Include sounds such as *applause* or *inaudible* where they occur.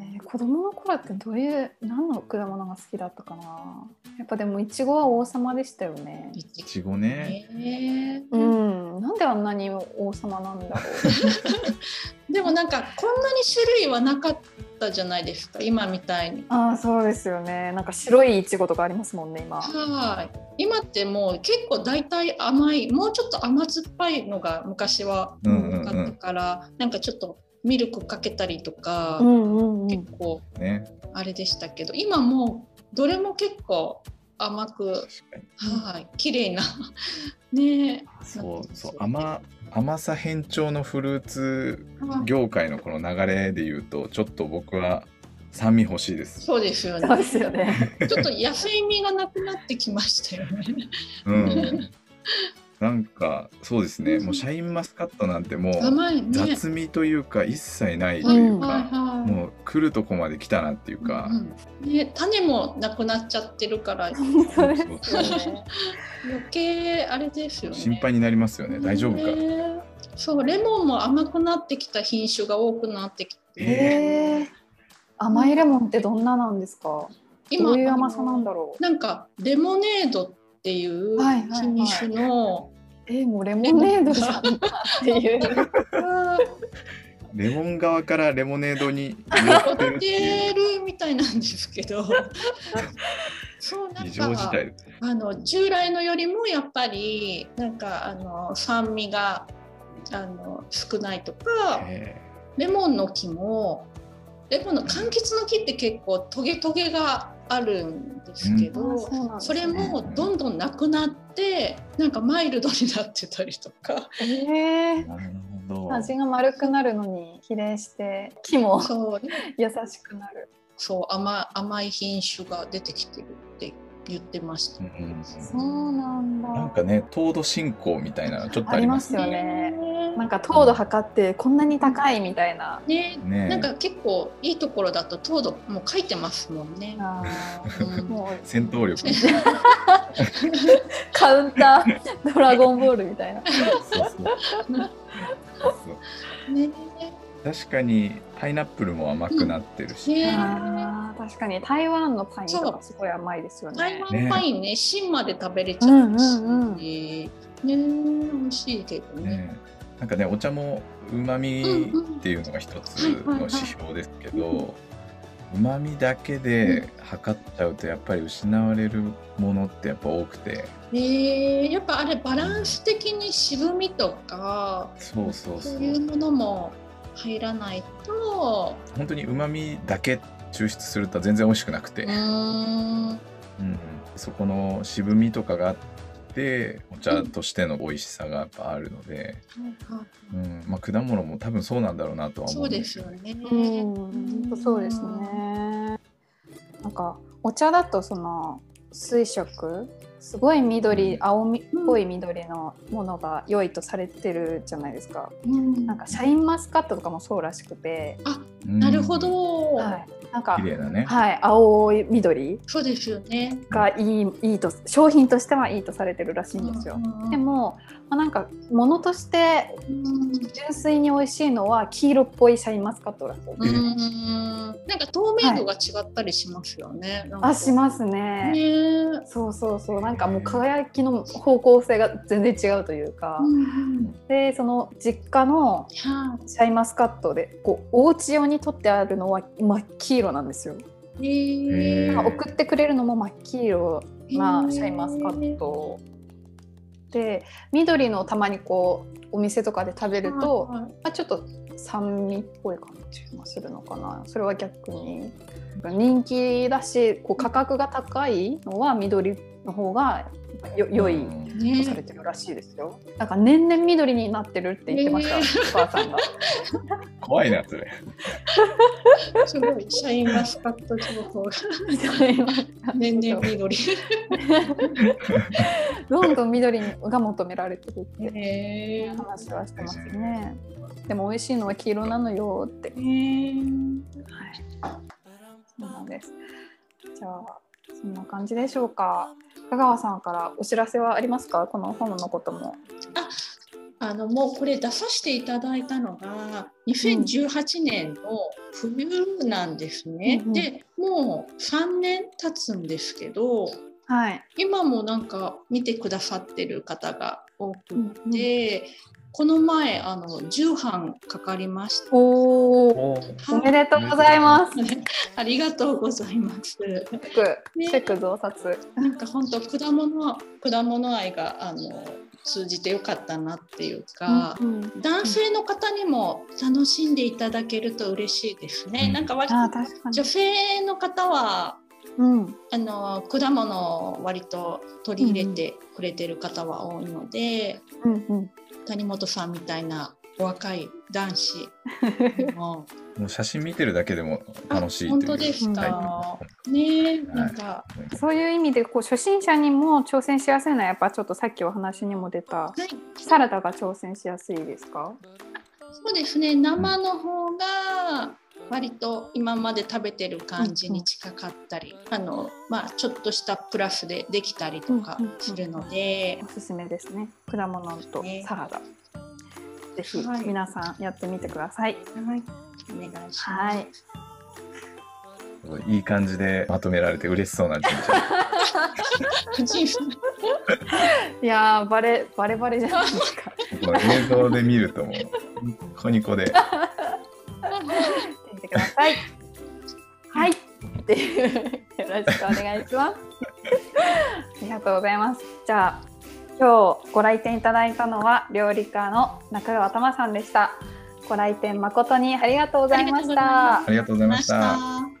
えー子供の頃ってどういう何の果物が好きだったかなやっぱでもいちごは王様でしたよねいいちごね。ねう、んなんであんなに王様なんだろ *laughs* でもなんかこんなに種類はなかったじゃないですか今みたいに。うああそうですよねなんか白いいちごとかありますもんね今はい今ってもう結構大体甘いもうちょっと甘酸っぱいのが昔はうんう多んかうったん。から、なんかちょっとミルクかけたりとか、うんうんうん結構ね。あれでしたけど今もうどれも結構甘く確かに。はい綺麗な *laughs* ねそうそう甘甘さ変調のフルーツあ業界のこの流れで言うとちょっと僕は酸味欲しいです。そうですよねそうですよねちょっと野菜味がなくなってきましたよねうん。なんかそうですね。もうシャインマスカットなんてもう甘いね雑味というか一切ないというはいか、はいもう来るとこまで来たなっていうか。うんね、種もなくなっちゃってるから余そうですよね計あれですよね心配になりますよね。大丈夫か。ねそうレモンも甘くなってきた品種が多くなってきて、えー、甘いレモンってどんななんですかどういう甘さなんだろうなんかレモネードっていうはいはいはい品種 *laughs* の、えー、もうレモネードじゃんって *laughs* いうレモン側からレモネードに寄ホってるっていうテルみたいなんですけ *laughs* どそうな異ん常事か態です。あの従来のよりもやっぱりなんかあの酸味があの少ないとかえレモンの木もレモンの柑橘の木って結構トゲトゲがあるんですけど、うなんですそねれもどんどんなくなってなんかマイルドになってたりとかえーーなるほど。味が丸くなるのに比例して木もそう優しくなるそう甘甘い品種が出てきてるって言ってました。うんうんそうなんだなんかね、糖度進行みたいなのちょっとありますありね。ねなんか糖度測ってこんなに高いみたいな、ねねなんか結構いいところだと糖度もう書いてますもんね。あうーんもう戦闘力。 *laughs* カウンタードラゴンボールみたいなそうそうそうね確かにパイナップルも甘くなってるし、ねあー確かに台湾のパインとかすごい甘いですよ台ね湾パインね芯まで食べれちうゃんううし、んうんね美味しいけどね。ね、なんかね、お茶もうまみっていうのが一つの指標ですけはいはいはど、うまみだけで測っちゃうとやっぱり失われるものってやっぱ多くて、ねやっぱあれバランス的に渋みとかそうそうそそうう。いうものも入らないと本当にうまみだけ抽出すると全然美味しくなくて、うーんうんうんそこの渋みとかがあってお茶としての美味しさがやっぱあるので、うんまあ、果物も多分そうなんだろうなとは思そううんでですすよよね。ね。うん、本当そうですね。なんかお茶だとその水色すごい緑、うん青みっぽい緑のものが良いとされてるじゃないですか。うん。なんかシャインマスカットとかもそうらしくて、うんなるほど。はい、なんか綺麗だね、はい青い緑そうですよね。がいいいいと商品としてはいいとされてるらしいんですよ。うんでも、まあ、なんか物としてうん純粋に美味しいのは黄色っぽいシャインマスカットだと。うんなんか透明度が違ったりしますよね。なんかあしますね。ね。そうそうそうなんかもう輝きの方向性が全然違うというか、うんうんでその実家のはシャインマスカットでこうお家用に取ってあるのは真っ黄色なんですよ、いへへーー送ってくれるのも真っ黄色なシャインマスカットで緑のたまにこうお店とかで食べると、はいはいまあ、ちょっと酸味っぽい感じがするのかなそれは逆に人気だしこう価格が高いのは緑の方がよ良いうんねされてるらしいですよ。なんか年々緑になってるって言ってました、ねお母さん *laughs* が。怖いなそれすごいシャインマスカット情報が *laughs* 年々緑。どんどん緑が求められてるってへー話はしてますね。でも美味しいのは黄色なのよって。はい。そうなんです。じゃあそんな感じでしょうか。香川さんからお知らせはありますか？この本のことも。あのもうこれ出させていただいたのが2018年の冬なんですね。うんうんでもう3年経つんですけどはい。今もなんか見てくださってる方が多くて、この前あの重版かかりました。おお。おおめでとうございます。ありがとうございます。チェック、チェック増刷。なんか本当果物果物愛があの通じてよかったなっていうか。うんうん男性の方にも楽しんでいただけると嬉しいですね。うんなんか割とああ、確かに女。性の方はうん。あの果物を割と取り入れてくれてる方は多いので、うんうん。谷本さんみたいなお若い男子にももう写真見てるだけでも楽しいあ本と当いでうすかタイプのねなんかそういう意味でこう初心者にも挑戦しやすいのはやっぱちょっとさっきお話にも出たはいサラダが挑戦しやすいですかそうですね生の方が割と今まで食べてる感じに近かったり、あのまあちょっとしたプラスでできたりとかうんうんうんするので、おすすめですね果物とサラダ、ぜひはい皆さんやってみてくださいはい、お願いします。はいいい感じでまとめられて嬉しそうな純ちゃん藤井さんいやーバレバレバレじゃないです *laughs* かこの映像で見るともうニコニコで見てくださいはいっていうよろしくお願いしますありがとうございますじゃあ今日ご来店いただいたのは料理家の中川玉さんでしたご来店誠にありがとうございましたありがとうございましたありがとうござまいました。した